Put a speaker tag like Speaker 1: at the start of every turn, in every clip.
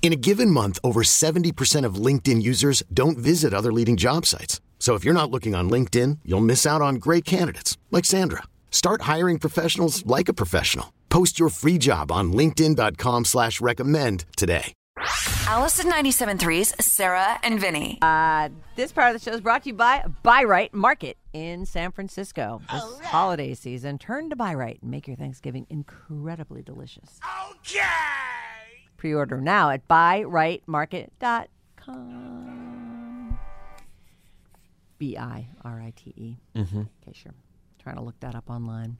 Speaker 1: In a given month, over 70% of LinkedIn users don't visit other leading job sites. So if you're not looking on LinkedIn, you'll miss out on great candidates like Sandra. Start hiring professionals like a professional. Post your free job on linkedin.com slash recommend today.
Speaker 2: Allison 97.3's Sarah and Vinny.
Speaker 3: Uh, this part of the show is brought to you by Buy Right Market in San Francisco. This holiday season, turn to Buy Right and make your Thanksgiving incredibly delicious.
Speaker 4: Okay.
Speaker 3: Pre order now at buyrightmarket.com. B I R I T E. Okay, sure. Trying to look that up online.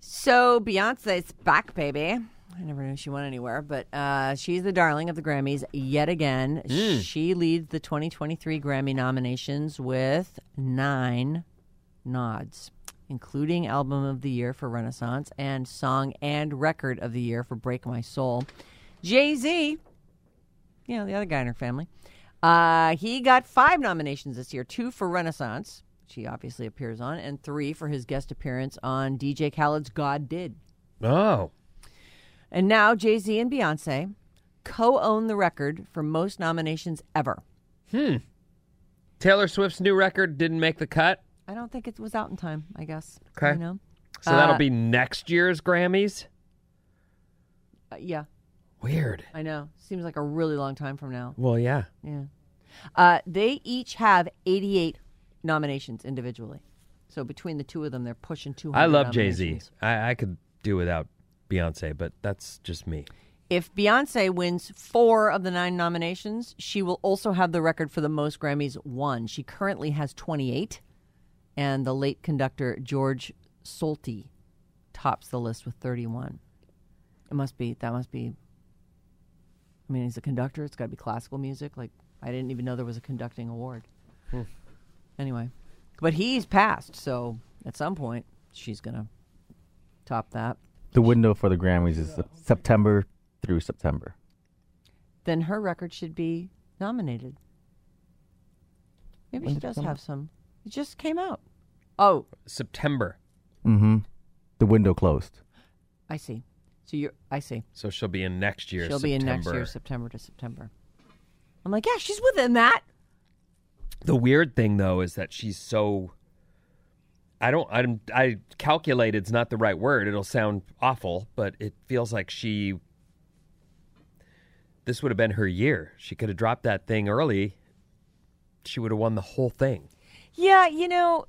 Speaker 3: So Beyonce's back, baby. I never knew she went anywhere, but uh, she's the darling of the Grammys yet again. She leads the 2023 Grammy nominations with nine nods, including Album of the Year for Renaissance and Song and Record of the Year for Break My Soul. Jay Z, you know, the other guy in her family, uh, he got five nominations this year two for Renaissance, which he obviously appears on, and three for his guest appearance on DJ Khaled's God Did.
Speaker 5: Oh.
Speaker 3: And now Jay Z and Beyonce co own the record for most nominations ever. Hmm.
Speaker 5: Taylor Swift's new record didn't make the cut.
Speaker 3: I don't think it was out in time, I guess.
Speaker 5: Okay.
Speaker 3: You know?
Speaker 5: So
Speaker 3: Uh,
Speaker 5: that'll be next year's Grammys.
Speaker 3: Uh, yeah,
Speaker 5: Weird.
Speaker 3: I know. Seems like a really long time from now.
Speaker 5: Well, yeah.
Speaker 3: Yeah. Uh, they each have 88 nominations individually. So between the two of them, they're pushing 200.
Speaker 5: I love Jay Z.
Speaker 3: nominations.
Speaker 5: I, I could do without Beyonce, but that's just me.
Speaker 3: If Beyonce wins four of the nine nominations, she will also have the record for the most Grammys won. She currently has 28, and the late conductor George Solti tops the list with 31. It must be, that must be, I mean, he's a conductor. It's got to be classical music. Like, I didn't even know there was a conducting award. Anyway, but he's passed, so at some point, she's going to top that.
Speaker 6: The window for the Grammys is Sep- September through September.
Speaker 3: then her record should be nominated. Maybe
Speaker 6: When
Speaker 3: she
Speaker 6: did it
Speaker 3: does
Speaker 6: come
Speaker 3: have
Speaker 6: out?
Speaker 3: some. It just came out. Oh,
Speaker 5: September.
Speaker 6: Mm-hmm. The window closed.
Speaker 3: I see. So you're, I see.
Speaker 5: So she'll be in next year's
Speaker 3: She'll be in next year,
Speaker 5: September.
Speaker 3: September to September. I'm like, yeah, she's within that.
Speaker 5: The weird thing though is that she's so I don't I'm I calculated's not the right word. It'll sound awful, but it feels like she this would have been her year. She could have dropped that thing early. She would have won the whole thing.
Speaker 3: Yeah, you know,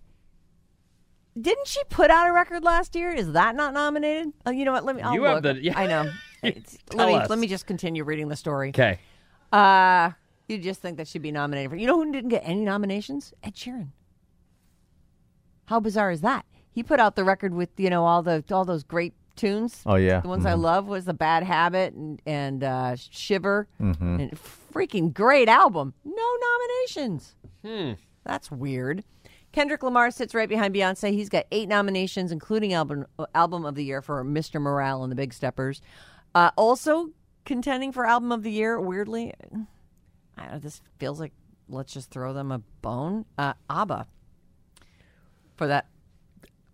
Speaker 3: didn't she put out a record last year? Is that not nominated? Oh, you know what? Let me. I'll
Speaker 5: You have
Speaker 3: look.
Speaker 5: the- yeah.
Speaker 3: I know. It's, let
Speaker 5: Tell
Speaker 3: me
Speaker 5: us.
Speaker 3: let me just continue reading the story.
Speaker 5: Okay.
Speaker 3: Uh, you just think that she'd be nominated for. You know who didn't get any nominations? Ed Sheeran. How bizarre is that? He put out the record with you know all the all those great tunes.
Speaker 6: Oh, yeah.
Speaker 3: the ones I
Speaker 6: Mhm.
Speaker 3: love was the Bad Habit and and uh, Shiver
Speaker 6: Mm-hmm.
Speaker 3: and freaking great album. No nominations. That's weird. Kendrick Lamar sits right behind Beyonce. He's got eight nominations, including album album of the year for Mr. Morale and the Big Steppers. Uh, also contending for album of the year. Weirdly, I don't know, this feels like let's just throw them a bone. Uh, Abba for that.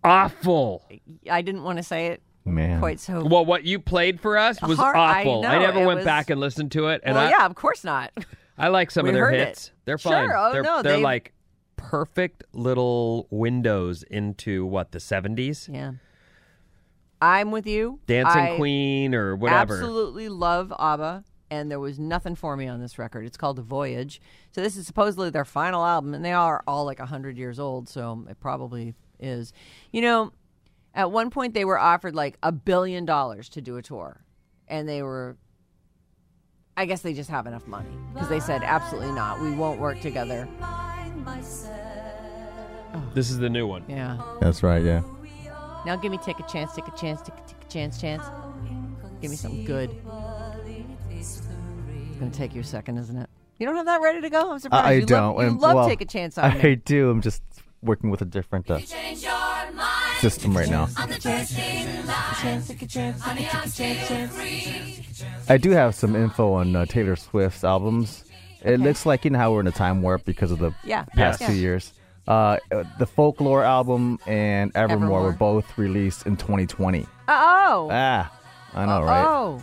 Speaker 5: Awful.
Speaker 3: I didn't want to say it
Speaker 6: Man.
Speaker 3: quite so.
Speaker 5: Well, what you played for us was
Speaker 3: Har- I
Speaker 5: awful. I,
Speaker 3: know,
Speaker 5: never
Speaker 3: it
Speaker 5: went
Speaker 3: was-
Speaker 5: back and listened to it, and
Speaker 3: well,
Speaker 5: I,
Speaker 3: yeah, of course not.
Speaker 5: I like some
Speaker 3: We
Speaker 5: of their
Speaker 3: heard
Speaker 5: hits.
Speaker 3: it.
Speaker 5: They're
Speaker 3: Sure.
Speaker 5: fine.
Speaker 3: Oh,
Speaker 5: they're,
Speaker 3: no,
Speaker 5: they're
Speaker 3: they-
Speaker 5: like perfect little windows into what the seventies,
Speaker 3: yeah, I'm with you.
Speaker 5: Dancing
Speaker 3: I
Speaker 5: Queen or whatever.
Speaker 3: Absolutely love ABBA, and there was nothing for me on this record. It's called Voyage. So this is supposedly their final album, and they are all like hundred years old, so it probably is. You know, At one point, they were offered like a billion dollars to do a tour, and they were. I guess they just have enough money because they said absolutely not. We won't work together.
Speaker 5: This is the new one.
Speaker 3: Yeah.
Speaker 6: That's right. Yeah.
Speaker 3: Now give me take a chance, take a chance, take a, take a chance, chance. Give me something good. It's gonna take you a second, isn't it? You don't have that ready to go. I'm surprised.
Speaker 6: I, I
Speaker 3: you
Speaker 6: don't.
Speaker 3: Love, you
Speaker 6: and-
Speaker 3: love
Speaker 6: well,
Speaker 3: take a chance on
Speaker 6: I
Speaker 3: me.
Speaker 6: do. I'm just working with a different uh, system right now. I do have some info on uh, Taylor Swift's albums. It looks like you know how we're in a time warp because of the
Speaker 3: Yeah.
Speaker 6: past
Speaker 3: Yeah.
Speaker 6: two years. Uh, uh, the Folklore album and Evermore,
Speaker 3: Evermore.
Speaker 6: were both released in 2020.
Speaker 3: Oh,
Speaker 6: Ah, I know, right?
Speaker 3: oh,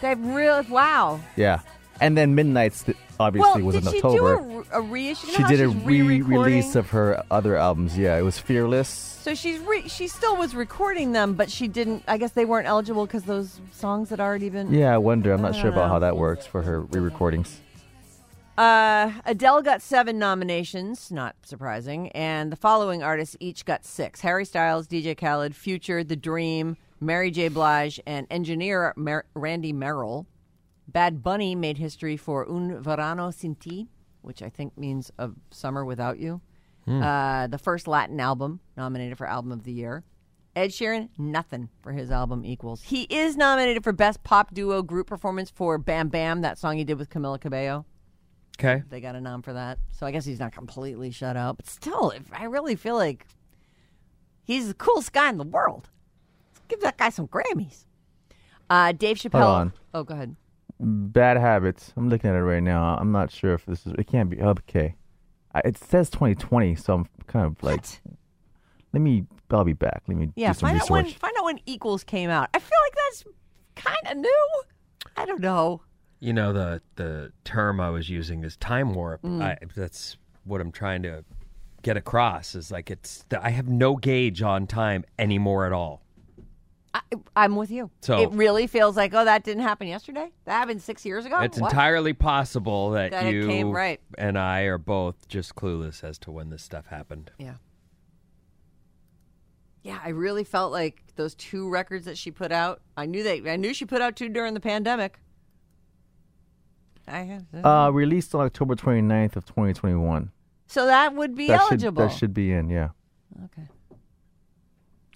Speaker 3: they've real wow.
Speaker 6: Yeah. And then Midnight's th- obviously
Speaker 3: well,
Speaker 6: was
Speaker 3: did
Speaker 6: in
Speaker 3: she
Speaker 6: October.
Speaker 3: do a, a reissue? You know
Speaker 6: she
Speaker 3: how
Speaker 6: did a
Speaker 3: she's
Speaker 6: re-release
Speaker 3: re-recording?
Speaker 6: of her other albums. Yeah, it was Fearless.
Speaker 3: So she's re- she still was recording them, but she didn't. I guess they weren't eligible because those songs had already been.
Speaker 6: Yeah, I wonder. I'm
Speaker 3: I
Speaker 6: not sure
Speaker 3: don't know.
Speaker 6: about how that works for her re-recordings.
Speaker 3: Uh, Adele got seven nominations, not surprising, and the following artists each got six: Harry Styles, DJ Khaled, Future, The Dream, Mary J. Blige, and engineer Mer- Randy Merrill. Bad Bunny made history for Un Verano Sin Ti, which I think means a summer without you. Uh, the first Latin album nominated for Album of the Year. Ed Sheeran, nothing for his album Equals. He is nominated for Best Pop Duo Group Performance for Bam Bam, that song he did with Camila Cabello
Speaker 5: Okay.
Speaker 3: they got a nom for that. So I guess he's not completely shut out, but still, if I really feel like he's the coolest guy in the world. Let's give that guy some Grammys. Uh, Dave Chappelle.
Speaker 6: on.
Speaker 3: Oh, go ahead.
Speaker 6: Bad Habits. I'm looking at it right now. I'm not sure if this is. It can't be. oh, Okay, I, it says 2020, so I'm kind of like,
Speaker 3: What?
Speaker 6: let me. I'll be back. Let me
Speaker 3: Yeah,
Speaker 6: do some
Speaker 3: find out when
Speaker 6: research.
Speaker 3: find out when Equals came out. I feel like that's kind of new. I don't know.
Speaker 5: You know the the term I was using is time warp.
Speaker 3: Mm.
Speaker 5: I, that's what I'm trying to get across. Is like it's the, I have no gauge on time anymore at all.
Speaker 3: I, I'm with you.
Speaker 5: So-
Speaker 3: it really feels like oh that didn't happen yesterday. That happened six years ago.
Speaker 5: it's
Speaker 3: Oh, What?
Speaker 5: entirely possible that,
Speaker 3: That it
Speaker 5: you
Speaker 3: came right.
Speaker 5: and I are both just clueless as to when this stuff happened.
Speaker 3: Yeah. Yeah, I really felt like those two records that she put out. I knew that I knew she put out two during the pandemic. I have
Speaker 6: Uh, released on October 29th of 2021.
Speaker 3: so that would be
Speaker 6: that
Speaker 3: eligible.
Speaker 6: Should, that should be in. Yeah.
Speaker 3: Okay.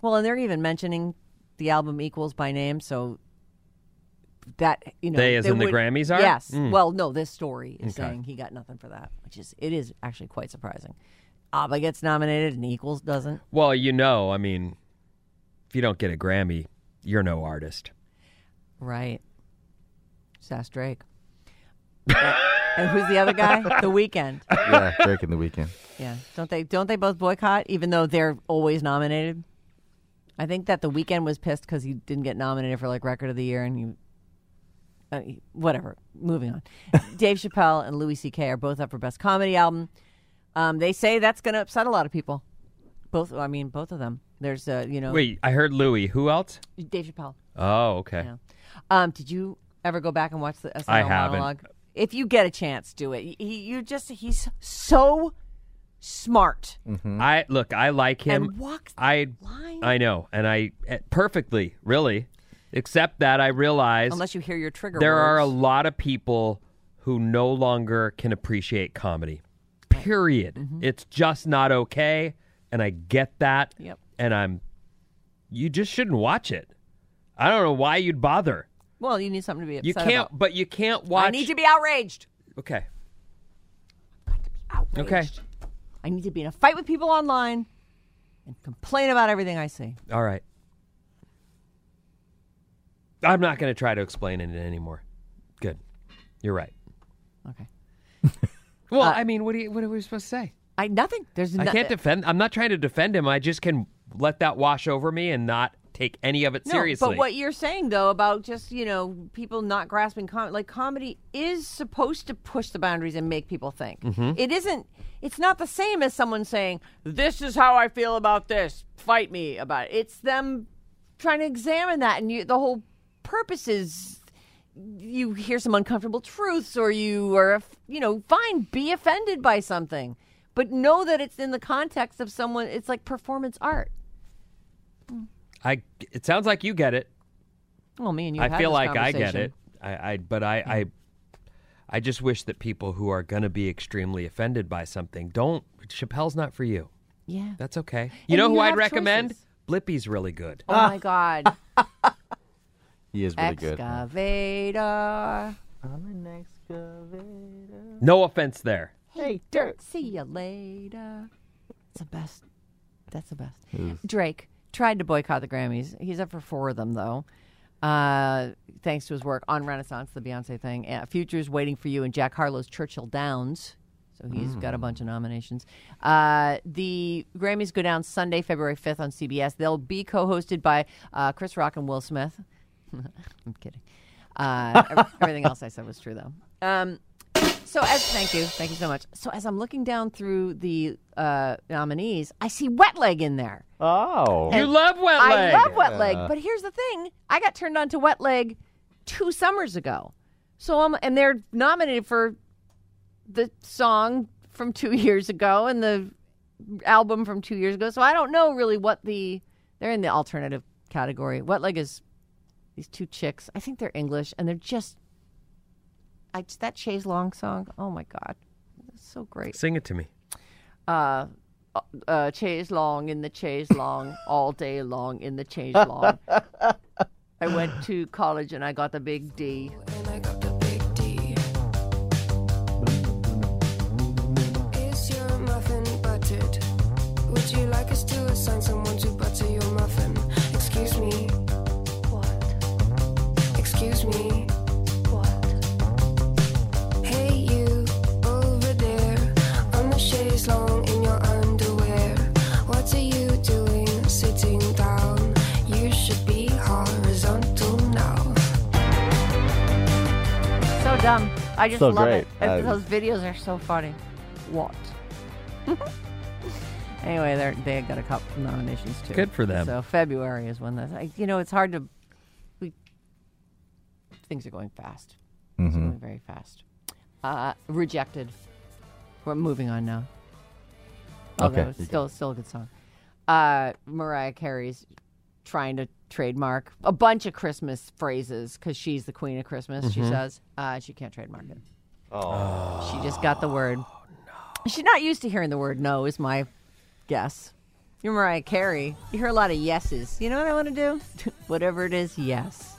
Speaker 3: Well, and they're even mentioning the album equals by name, so that you know
Speaker 5: They as in the
Speaker 3: would-
Speaker 5: Grammys are?
Speaker 3: Yes.
Speaker 5: Mm.
Speaker 3: Well, no, this story is
Speaker 5: Okay.
Speaker 3: saying he got nothing for that, which is it is actually quite surprising. ABBA gets nominated and Equals doesn't.
Speaker 5: Well, you know, I mean, if you don't get a Grammy, you're no artist.
Speaker 3: Right. Sass Drake. and who's the other guy? The weekend.
Speaker 6: Yeah. Drake in the weekend.
Speaker 3: Yeah. Don't they don't they both boycott even though they're always nominated? I think that the weekend was pissed cuz he didn't get nominated for like record of the year and he uh, he- whatever. Moving on. Dave Chappelle and Louis C.K. are both up for best comedy album. Um, they say that's going to upset a lot of people. Both, I mean, both of them. There's, uh, you know,
Speaker 5: Wait, I heard Louis. Who else?
Speaker 3: Dave Chappelle.
Speaker 5: Oh, okay.
Speaker 3: Yeah. Um, did you ever go back and watch the SNL
Speaker 5: I haven't.
Speaker 3: monologue? If you get a chance, do it. He, you just he's so smart.
Speaker 5: I look. I like him.
Speaker 3: Hmm. And walks the
Speaker 5: I
Speaker 3: line.
Speaker 5: I know, and I eh, perfectly, really. Except that I realize
Speaker 3: Unless you hear your trigger
Speaker 5: there are a
Speaker 3: words.
Speaker 5: lot of people who no longer can appreciate comedy. Period.
Speaker 3: Mm-hmm.
Speaker 5: It's just not okay, and I get that.
Speaker 3: Yep.
Speaker 5: And I'm. You just shouldn't watch it. I don't know why you'd bother.
Speaker 3: well, you need something to be upset
Speaker 5: You can't,
Speaker 3: about.
Speaker 5: but you can't watch.
Speaker 3: I need to be outraged.
Speaker 5: Okay.
Speaker 3: outraged.
Speaker 5: Okay.
Speaker 3: I need to be in a fight with people online and complain about everything I see.
Speaker 5: All right. I'm not going to try to explain it anymore. Good. You're right.
Speaker 3: Okay.
Speaker 5: Well,
Speaker 3: Uh,
Speaker 5: I mean, what do you, what are we supposed to say?
Speaker 3: I nothing. There's
Speaker 5: I
Speaker 3: no- uh,
Speaker 5: can't defend. I'm not trying to defend him. I just can let that wash over me and not take any of it
Speaker 3: No,
Speaker 5: seriously.
Speaker 3: But what you're saying though about just you know people not grasping com- like comedy is supposed to push the boundaries and make people think.
Speaker 5: Mm-hmm.
Speaker 3: It isn't. It's not the same as someone saying this is how I feel about this. Fight me about it. It's them trying to examine that, and you, the whole purpose is you hear some uncomfortable truths or you are you know fine be offended by something but know that it's in the context of someone it's like performance art
Speaker 5: I. It sounds like you get it.
Speaker 3: Well, me and you.
Speaker 5: I
Speaker 3: had
Speaker 5: feel
Speaker 3: this
Speaker 5: like I get
Speaker 3: conversation.
Speaker 5: it. I, I but I, I I just wish that people who are going to be extremely offended by something don't. Chappelle's not for you.
Speaker 3: Yeah.
Speaker 5: That's okay. You
Speaker 3: And
Speaker 5: know
Speaker 3: you
Speaker 5: who I'd
Speaker 3: have
Speaker 5: recommend?
Speaker 3: choices.
Speaker 5: Blippi's really good.
Speaker 3: Oh my God.
Speaker 6: He is Ah. really good.
Speaker 3: Excavator.
Speaker 6: I'm an excavator.
Speaker 5: No offense there.
Speaker 3: Hey, dirt. See you later. It's the best. That's the best. Drake tried to boycott the Grammys. He's up for four of them, though. Uh, thanks to his work on Renaissance, the Beyonce thing, uh, Futures Waiting for You, and Jack Harlow's Churchill Downs. So he's got a bunch of nominations. Uh, the Grammys go down Sunday, February 5th on CBS. They'll be co hosted by uh, Chris Rock and Will Smith. I'm kidding. Uh, ev- everything else I said was true, though. Um, so as thank you, thank you so much. So as I'm looking down through the uh, nominees, I see Wet Leg in there.
Speaker 6: Oh.
Speaker 5: You love wet leg.
Speaker 3: I love Wet Leg, but here's the thing: I got turned on to Wet Leg two summers ago. So I'm and they're nominated for the song from two years ago and the album from two years ago. So I don't know really what the they're in the alternative category. Wet Leg is these two chicks. I think they're English and they're just. I, that Chase Long song. Oh my god, that's so great
Speaker 5: Sing it to me.
Speaker 3: uh, uh, chase long in the chase long all day long in the chase long. I went to college and I got the big D.
Speaker 4: Is your muffin buttered? Would you like us to assign someone to butter your muffin? Excuse me. What? Excuse me. What? Hey, you over there on the chaise long in your underwear. What are you doing sitting down? You should be horizontal now.
Speaker 3: So dumb. I just
Speaker 6: So
Speaker 3: love
Speaker 6: great.
Speaker 3: it. And
Speaker 6: Uh,
Speaker 3: those videos are so funny. What? anyway, they they got a couple nominations too.
Speaker 5: Good for them.
Speaker 3: So February is when that's. I- You know, it's hard to. We things are going fast. It's
Speaker 5: Mm-hmm.
Speaker 3: going very fast. Uh, rejected. We're moving on now. Although
Speaker 6: Okay.
Speaker 3: it's still still a good song. Uh, Mariah Carey's trying to trademark a bunch of Christmas phrases because she's the queen of Christmas. She says uh, she can't trademark it. Oh, she just got the word. She's not used to hearing the word "no." Is my guess. You're Mariah Carey. You hear a lot of yeses. You know what I want to do? Whatever it is, yes.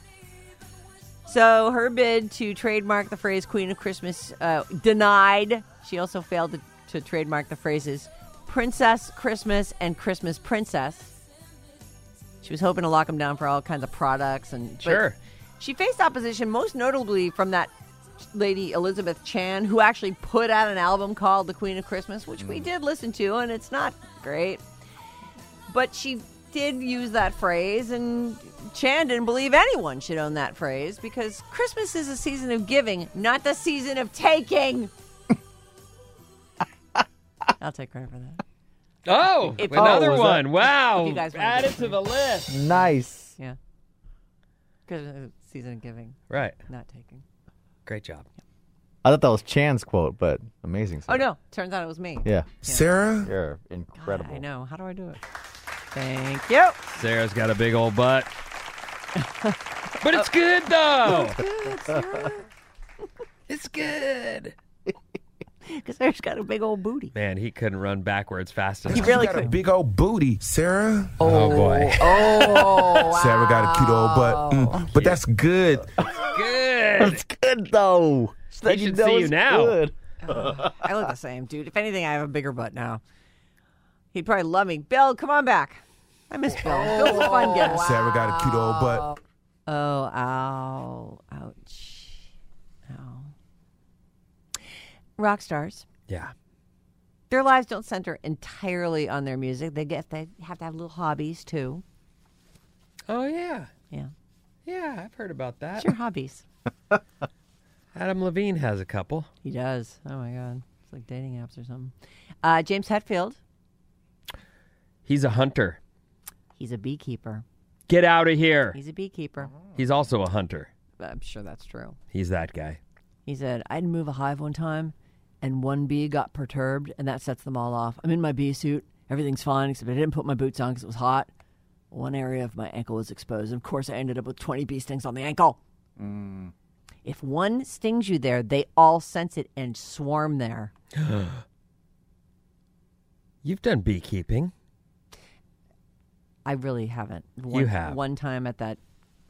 Speaker 3: So her bid to trademark the phrase "Queen of Christmas" uh, denied. She also failed to, to trademark the phrases "Princess Christmas" and "Christmas Princess." She was hoping to lock them down for all kinds of products and but
Speaker 5: Sure.
Speaker 3: She faced opposition, most notably from that lady Elizabeth Chan, who actually put out an album called "The Queen of Christmas," which we did listen to, and it's not great but she did use that phrase, and Chan didn't believe anyone should own that phrase because Christmas is a season of giving, not the season of taking. I'll take credit for that.
Speaker 5: Oh,
Speaker 3: If-
Speaker 5: another
Speaker 6: Oh, was that-
Speaker 5: one. Wow.
Speaker 3: If you guys wanna
Speaker 5: Add
Speaker 3: do
Speaker 5: it to the list.
Speaker 6: Nice.
Speaker 3: Yeah. Because season of giving,
Speaker 5: Right.
Speaker 3: not taking.
Speaker 5: Great job.
Speaker 6: I thought that was Chan's quote, but amazing.
Speaker 3: Oh,
Speaker 6: song.
Speaker 3: no. Turns out it was me.
Speaker 6: Yeah.
Speaker 7: Sarah
Speaker 6: You're incredible.
Speaker 3: I know. How do I do it? Thank you.
Speaker 5: Sarah's got a big old butt. but it's good though. it's good.
Speaker 3: Because there's got a big old booty.
Speaker 5: Man, he couldn't run backwards fast enough.
Speaker 3: You really
Speaker 7: got a
Speaker 3: could.
Speaker 7: big old booty. Sarah.
Speaker 5: Oh boy.
Speaker 3: Oh, wow.
Speaker 7: Sarah got a cute old butt. Mm, but that's good.
Speaker 5: Good.
Speaker 6: It's good though. Like,
Speaker 5: should
Speaker 6: know
Speaker 5: see you
Speaker 6: it's
Speaker 5: now.
Speaker 6: good.
Speaker 3: I look the same, dude. If anything, I have a bigger butt now. He'd probably love me. Bill, come on back. I miss Bill. Bill's a fun guest.
Speaker 7: Sarah got a cute old butt.
Speaker 3: Oh, ow, ouch, ow. Rock stars.
Speaker 5: Yeah.
Speaker 3: Their lives don't center entirely on their music. They get they have to have little hobbies too.
Speaker 5: Oh yeah.
Speaker 3: Yeah,
Speaker 5: Yeah, I've heard about that.
Speaker 3: what's your hobbies?
Speaker 5: Adam Levine has a couple.
Speaker 3: He does. Oh my god, it's like dating apps or something. Uh, James Hetfield.
Speaker 5: He's a hunter.
Speaker 3: He's a beekeeper.
Speaker 5: Get out of here.
Speaker 3: He's a beekeeper.
Speaker 5: He's also a hunter.
Speaker 3: I'm sure that's true.
Speaker 5: He's that guy.
Speaker 3: He said, I'd move a hive one time and one bee got perturbed and that sets them all off. I'm in my bee suit. Everything's fine except I didn't put my boots on because it was hot. One area of my ankle was exposed. Of course, I ended up with 20 bee stings on the ankle.
Speaker 5: Mm.
Speaker 3: If one stings you there, they all sense it and swarm there.
Speaker 5: You've done beekeeping.
Speaker 3: I really haven't. One,
Speaker 5: have.
Speaker 3: One time at that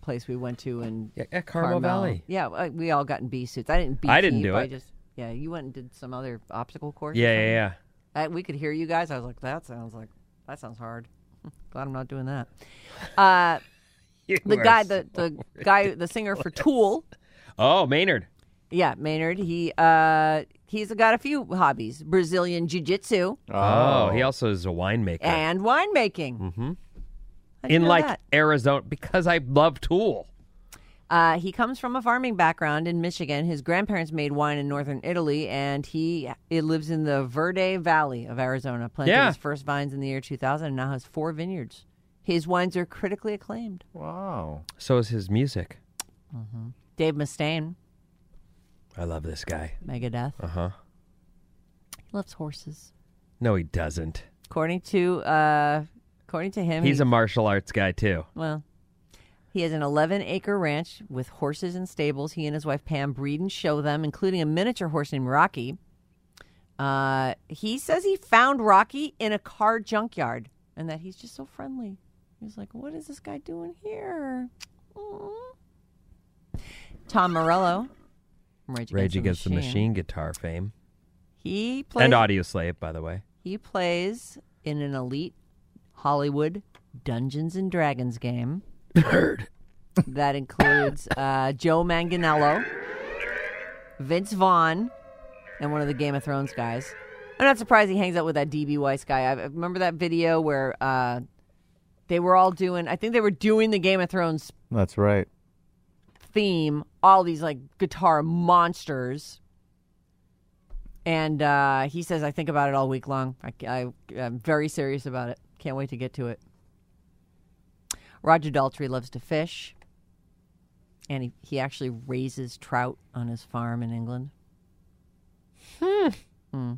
Speaker 3: place we went to in
Speaker 5: Yeah, at Carmel Valley.
Speaker 3: Yeah, uh, we all got in bee suits. I didn't bee
Speaker 5: I didn't do
Speaker 3: I
Speaker 5: it.
Speaker 3: just, yeah, you went and did some other obstacle course. or
Speaker 5: Yeah,
Speaker 3: something?
Speaker 5: yeah, yeah.
Speaker 3: I, we could hear you guys. I was like, that sounds like that sounds hard. Glad I'm not doing that. Uh,
Speaker 5: You
Speaker 3: the
Speaker 5: are
Speaker 3: guy,
Speaker 5: so-
Speaker 3: the the guy, the singer for Tool.
Speaker 5: oh, Maynard.
Speaker 3: Yeah, Maynard. He uh, he's got a few hobbies: Brazilian jiu-jitsu
Speaker 5: Oh, he also is a winemaker
Speaker 3: and winemaking. Mm-hmm.
Speaker 5: in like Arizona because I love Tool.
Speaker 3: Uh, he comes from a farming background in Michigan. His grandparents made wine in northern Italy, and he, he lives in the Verde Valley of Arizona. Planted
Speaker 5: Yeah.
Speaker 3: his first vines in the year 2000 and now has four vineyards. His wines are critically acclaimed.
Speaker 6: Wow.
Speaker 5: So is his music.
Speaker 3: Dave Mustaine,
Speaker 5: I love this guy.
Speaker 3: Megadeth.
Speaker 5: Uh huh.
Speaker 3: He loves horses.
Speaker 5: No, he doesn't.
Speaker 3: According to uh, according to him,
Speaker 5: He's
Speaker 3: he,
Speaker 5: a martial arts guy too.
Speaker 3: well. He has an 11 acre ranch with horses and stables. He and his wife Pam breed and show them, including a miniature horse named Rocky. Uh, he says he found Rocky in a car junkyard and that he's just so friendly. He's like, "What is this guy doing here?" Aw. Tom Morello, from Rage,
Speaker 5: Rage Against the
Speaker 3: Machine.
Speaker 5: Machine guitar fame
Speaker 3: He plays
Speaker 5: and Audio Slave, by the way.
Speaker 3: He plays in an elite Hollywood Dungeons and Dragons game. Nerd. That includes uh, Joe Manganello, Vince Vaughn, and one of the Game of Thrones guys. I'm not surprised he hangs out with that DB Weiss guy. I I remember that video where uh, they were all doing, I think they were doing the Game of Thrones
Speaker 6: That's right.
Speaker 3: theme all these like guitar monsters and uh, he says i think about it all week long I, I, i'm very serious about it can't wait to get to it roger daltrey loves to fish and he, he actually raises trout on his farm in england hmm.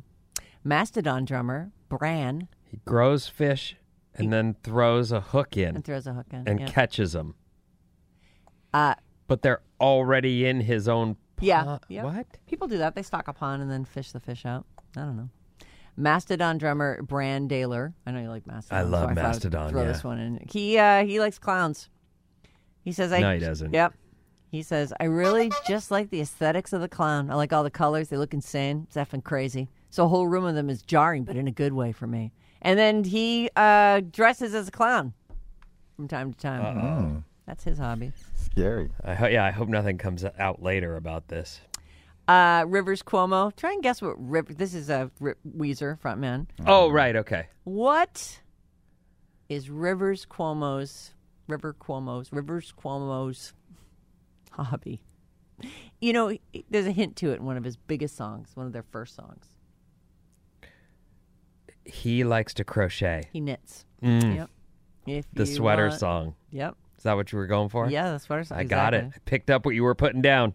Speaker 3: mastodon drummer bran
Speaker 5: He grows fish and then throws a hook in
Speaker 3: and
Speaker 5: and,
Speaker 3: throws a hook in yeah.
Speaker 5: catches them,
Speaker 3: uh,
Speaker 5: but they're already in his own.
Speaker 3: Yeah.
Speaker 5: pond.
Speaker 3: Yep.
Speaker 5: What?
Speaker 3: People do that. They stock a pond and then fish the fish out. I don't know. Mastodon drummer Brand Daler. I know you like Mastodon.
Speaker 5: I love
Speaker 3: so I thought I'd
Speaker 5: Mastodon,
Speaker 3: Throw
Speaker 5: yeah.
Speaker 3: this one in. He uh, he likes clowns. He says I.
Speaker 5: No, he doesn't.
Speaker 3: Yep. He says I really just like the aesthetics of the clown. I like all the colors. They look insane. It's effing crazy. So a whole room of them is jarring, but in a good way for me. And then he uh, dresses as a clown from time to time. That's his hobby.
Speaker 6: Scary.
Speaker 5: I ho- yeah, I hope nothing comes out later about this.
Speaker 3: Uh, Rivers Cuomo. Try and guess what River. This is a R- Weezer frontman.
Speaker 5: Oh, right. Okay.
Speaker 3: What is Rivers Cuomo's River Cuomo's Rivers Cuomo's hobby? You know, he- there's a hint to it in one of his biggest songs, one of their first songs.
Speaker 5: He likes to crochet. Mm.
Speaker 3: He knits. Yep. If
Speaker 5: Hmm. The
Speaker 3: you
Speaker 5: sweater
Speaker 3: want-
Speaker 5: song.
Speaker 3: Yep.
Speaker 5: Is that what you were going for?
Speaker 3: Yeah, the sweater song.
Speaker 5: I got it. I picked up what you were putting down.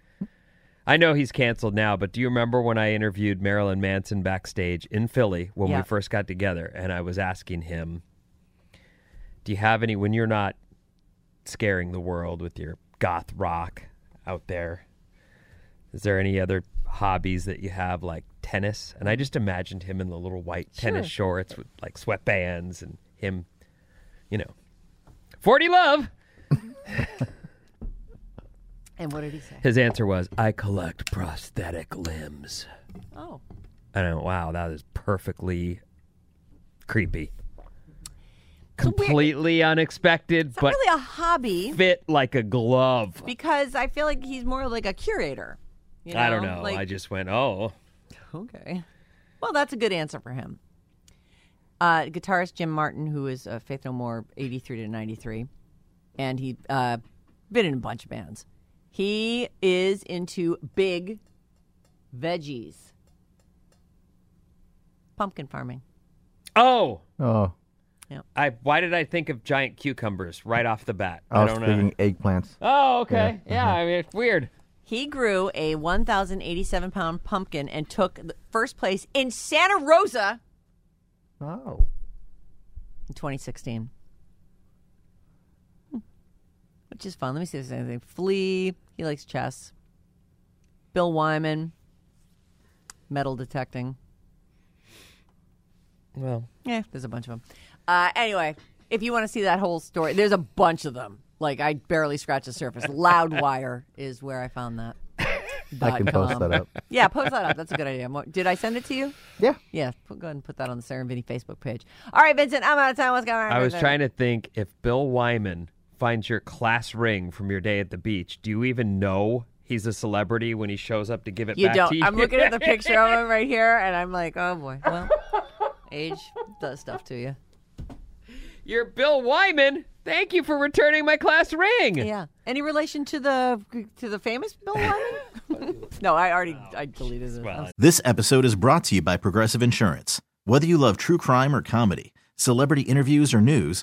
Speaker 5: I know he's canceled now, but do you remember when I interviewed Marilyn Manson backstage in Philly when
Speaker 3: Yeah.
Speaker 5: we first got together and I was asking him, Do you have any, when you're not scaring the world with your goth rock out there, is there any other hobbies that you have like tennis? And I just imagined him in the little white tennis shorts with like sweatbands and him, you know, 40 love.
Speaker 3: And what did he say?
Speaker 5: His answer was, I collect prosthetic limbs.
Speaker 3: Oh.
Speaker 5: And I went, wow, that is perfectly creepy.
Speaker 3: a weird-
Speaker 5: Completely unexpected,
Speaker 3: It's not
Speaker 5: but
Speaker 3: really a hobby.
Speaker 5: fit like a glove.
Speaker 3: because I feel like he's more like a curator. You know?
Speaker 5: I don't know.
Speaker 3: Like,
Speaker 5: I just went, oh.
Speaker 3: Okay. Well, that's a good answer for him. Uh, guitarist Jim Martin, who is uh, Faith No More, eighty-three to ninety-three, and he uh, been in a bunch of bands. He is into big veggies, pumpkin farming.
Speaker 5: Oh.
Speaker 6: Oh,
Speaker 5: I why did I think of giant cucumbers right off the bat?
Speaker 6: I
Speaker 5: I,
Speaker 6: was
Speaker 5: don't
Speaker 6: thinking
Speaker 5: know.
Speaker 6: eggplants.
Speaker 5: Oh, okay. Yeah, I mean it's weird.
Speaker 3: He grew a one thousand eighty-seven pound pumpkin and took the first place in Santa Rosa
Speaker 6: Oh.
Speaker 3: in twenty sixteen. Hmm. which is fun. Let me see if there's anything. Flea, he likes chess. Bill Wyman, metal detecting.
Speaker 5: Well,
Speaker 3: Yeah, there's a bunch of them. Uh, anyway, if you want to see that whole story, there's a bunch of them. Like I barely scratched the surface. Loudwire is where I found that.
Speaker 6: I can
Speaker 3: Dot
Speaker 6: post
Speaker 3: com.
Speaker 6: that up.
Speaker 3: Yeah, post that up. That's a good idea. Mo- Did I send it to you?
Speaker 6: Yeah.
Speaker 3: Yeah, put, go ahead and put that on the Sarah and Vinny Facebook page. All right, Vincent, I'm out of time. What's going on?
Speaker 5: I was trying to think if Bill Wyman finds your class ring from your day at the beach, do you even know he's a celebrity when he shows up to give it
Speaker 3: You
Speaker 5: back
Speaker 3: don't.
Speaker 5: to you?
Speaker 3: I'm looking at the picture of him right here, and I'm like, oh boy. Well, age does stuff to you.
Speaker 5: You're Bill Wyman. Thank you for returning my class ring.
Speaker 3: Yeah. Any relation to the to the famous Bill Wyman? no, I already I deleted it.
Speaker 5: Well,
Speaker 8: This episode is brought to you by Progressive Insurance. Whether you love true crime or comedy, celebrity interviews or news,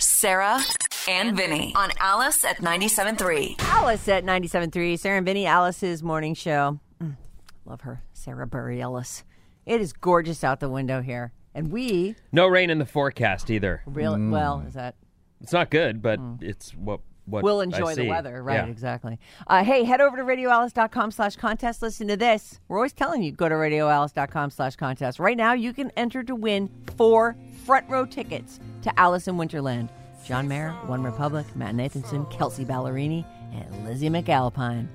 Speaker 2: Sarah and Vinny on Alice at 97.3.
Speaker 3: Alice at 97.3, Sarah and Vinny, Alice's morning show. Mm, Love her, Sarah Burry Ellis. It is gorgeous out the window here. And we,
Speaker 5: No rain in the forecast either.
Speaker 3: really,
Speaker 5: Mm.
Speaker 3: well, is that,
Speaker 5: It's not good, but it's what what
Speaker 3: Hmm. we'll
Speaker 5: I
Speaker 3: enjoy the
Speaker 5: see.
Speaker 3: weather. Right,
Speaker 5: Yeah.
Speaker 3: exactly. Uh, hey, head over to radioalice.com slash contest. Listen to this. We're always telling you, go to radioalice.com slash contest. Right now, you can enter to win four front row tickets to Alice in Wonderland. John Mayer, One Republic, Matt Nathanson, Kelsey Ballerini, and Lizzie McAlpine.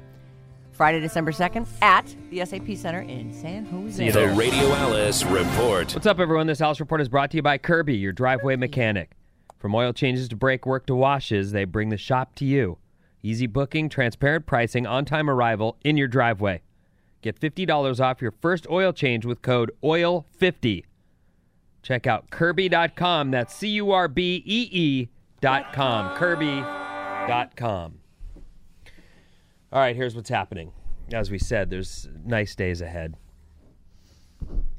Speaker 3: Friday, December 2nd at the SAP Center in San Jose.
Speaker 5: See you there.
Speaker 9: Radio Alice Report.
Speaker 5: What's up, everyone? This Alice Report is brought to you by Kirby, your driveway mechanic. From oil changes to brake work to washes, they bring the shop to you. Easy booking, transparent pricing, on time arrival in your driveway. Get $50 off your first oil change with code OIL50. Check out Kirby.com. That's C U R B E E.com. Kirby.com. All right, here's what's happening. As we said, there's nice days ahead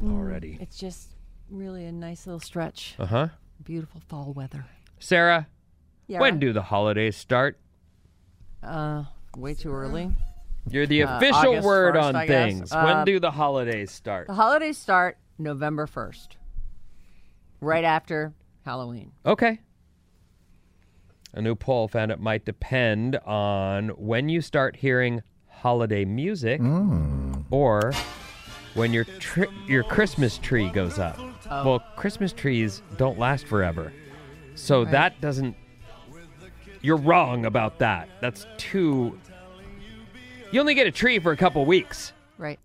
Speaker 5: already.
Speaker 3: It's just really a nice little stretch.
Speaker 5: Uh huh.
Speaker 3: Beautiful fall weather.
Speaker 5: Sarah,
Speaker 3: Yeah.
Speaker 5: when do the holidays start?
Speaker 3: Uh, way too early.
Speaker 5: You're the
Speaker 3: Uh,
Speaker 5: official
Speaker 3: August
Speaker 5: word
Speaker 3: 1st,
Speaker 5: on
Speaker 3: I guess.
Speaker 5: things.
Speaker 3: Uh,
Speaker 5: when do the holidays start?
Speaker 3: The holidays start November 1st, right after Halloween.
Speaker 5: Okay. A new poll found it might depend on when you start hearing holiday music or when your tri- your Christmas tree goes up.
Speaker 3: Oh.
Speaker 5: Well, Christmas trees don't last forever. So that doesn't You're wrong about that. That's too You only get a tree for a couple weeks.
Speaker 3: Right.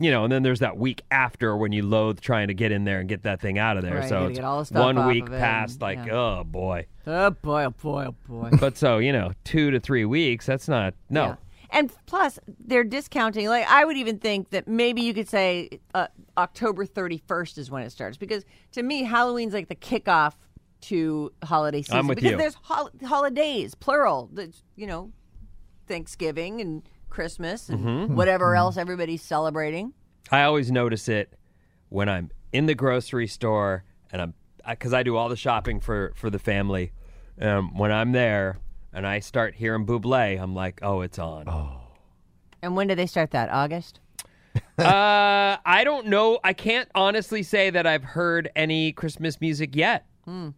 Speaker 5: you know, and then there's that week after when you loathe trying to get in there and get that thing out of there.
Speaker 3: Right,
Speaker 5: so
Speaker 3: gotta
Speaker 5: it's
Speaker 3: get all the stuff
Speaker 5: one
Speaker 3: off
Speaker 5: week
Speaker 3: of it
Speaker 5: past,
Speaker 3: and-
Speaker 5: like,
Speaker 3: yeah.
Speaker 5: oh boy.
Speaker 3: Oh boy, oh boy, oh boy.
Speaker 5: But so you know, two to three weeks. That's not no.
Speaker 3: Yeah. And plus, they're discounting. Like, I would even think that maybe you could say uh, October 31st is when it starts. Because to me, Halloween's like the kickoff to holiday season.
Speaker 5: with
Speaker 3: because
Speaker 5: you.
Speaker 3: there's hol- holidays, plural. There's, you know, Thanksgiving and Christmas and
Speaker 5: Mm-hmm.
Speaker 3: whatever else everybody's celebrating.
Speaker 5: I always notice it when I'm in the grocery store and I'm because I do all the shopping for for the family. Um, when I'm there and I start hearing Buble, I'm like, oh, it's on.
Speaker 3: And when do they start that? August?
Speaker 5: uh, I don't know. I can't honestly say that I've heard any Christmas music yet.
Speaker 3: Hmm.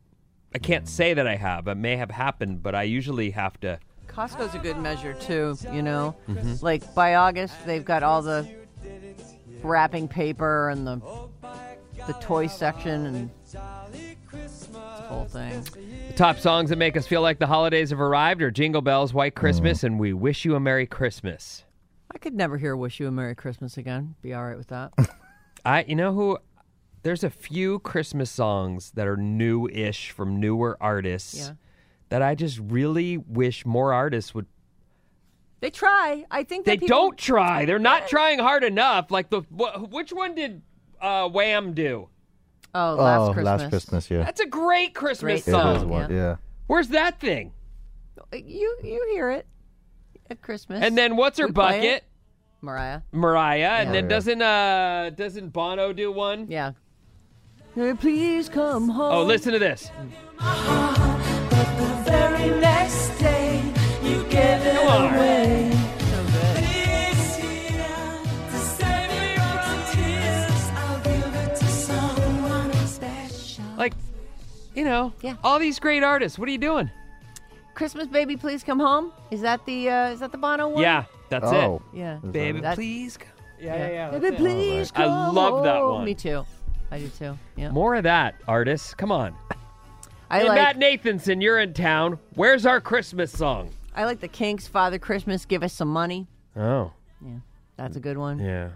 Speaker 5: I can't say that I have. It may have happened, but I usually have to.
Speaker 3: Costco's a good measure too, you know.
Speaker 5: Mhm.
Speaker 3: Like by August, they've got all the wrapping paper and the the toy section and the whole thing.
Speaker 5: The top songs that make us feel like the holidays have arrived are Jingle Bells, White Christmas, and We Wish You a Merry Christmas.
Speaker 3: I could never hear "Wish You a Merry Christmas" again. Be all right with that.
Speaker 5: I, you know who? There's a few Christmas songs that are new-ish from newer artists
Speaker 3: Yeah.
Speaker 5: that I just really wish more artists would
Speaker 3: they try. I think that
Speaker 5: They
Speaker 3: people-
Speaker 5: don't try. They're not trying hard enough. Like the wh- which one did uh, Wham do?
Speaker 3: Oh,
Speaker 6: Last Oh, Last Christmas. Christmas, yeah.
Speaker 5: That's a great Christmas
Speaker 6: It is
Speaker 5: song.
Speaker 6: one, yeah.
Speaker 5: Where's that thing?
Speaker 3: Uh, You you hear it at Christmas.
Speaker 5: And then what's her
Speaker 3: We play
Speaker 5: bucket?
Speaker 3: it. Mariah.
Speaker 5: Mariah.
Speaker 3: Yeah.
Speaker 5: And then
Speaker 3: Yeah.
Speaker 5: doesn't uh doesn't Bono do one?
Speaker 3: Yeah. Hey, please come home.
Speaker 5: Oh, listen to this.
Speaker 10: very next day you give it
Speaker 5: Come on.
Speaker 10: away.
Speaker 3: So good.
Speaker 10: It's here to save me from tears. I'll give it to someone special.
Speaker 5: Like, you know, yeah. all these great artists. What are you doing?
Speaker 3: Christmas baby, please come home. Is that the uh, is that the Bono one?
Speaker 5: Yeah, that's
Speaker 6: Oh.
Speaker 5: it.
Speaker 3: Yeah.
Speaker 5: Baby,
Speaker 3: That-
Speaker 5: please come. Yeah, yeah, yeah.
Speaker 3: Baby,
Speaker 5: that's it.
Speaker 3: please
Speaker 5: I
Speaker 3: come
Speaker 5: love that
Speaker 3: home.
Speaker 5: one.
Speaker 3: Me too. I do too. Yeah.
Speaker 5: More of that, artists. Come on.
Speaker 3: I
Speaker 5: Hey,
Speaker 3: like
Speaker 5: Matt Nathanson, you're in town. Where's our Christmas song?
Speaker 3: I like the Kinks. Father Christmas, give us some money.
Speaker 5: Oh.
Speaker 3: Yeah, that's a good one.
Speaker 5: Yeah.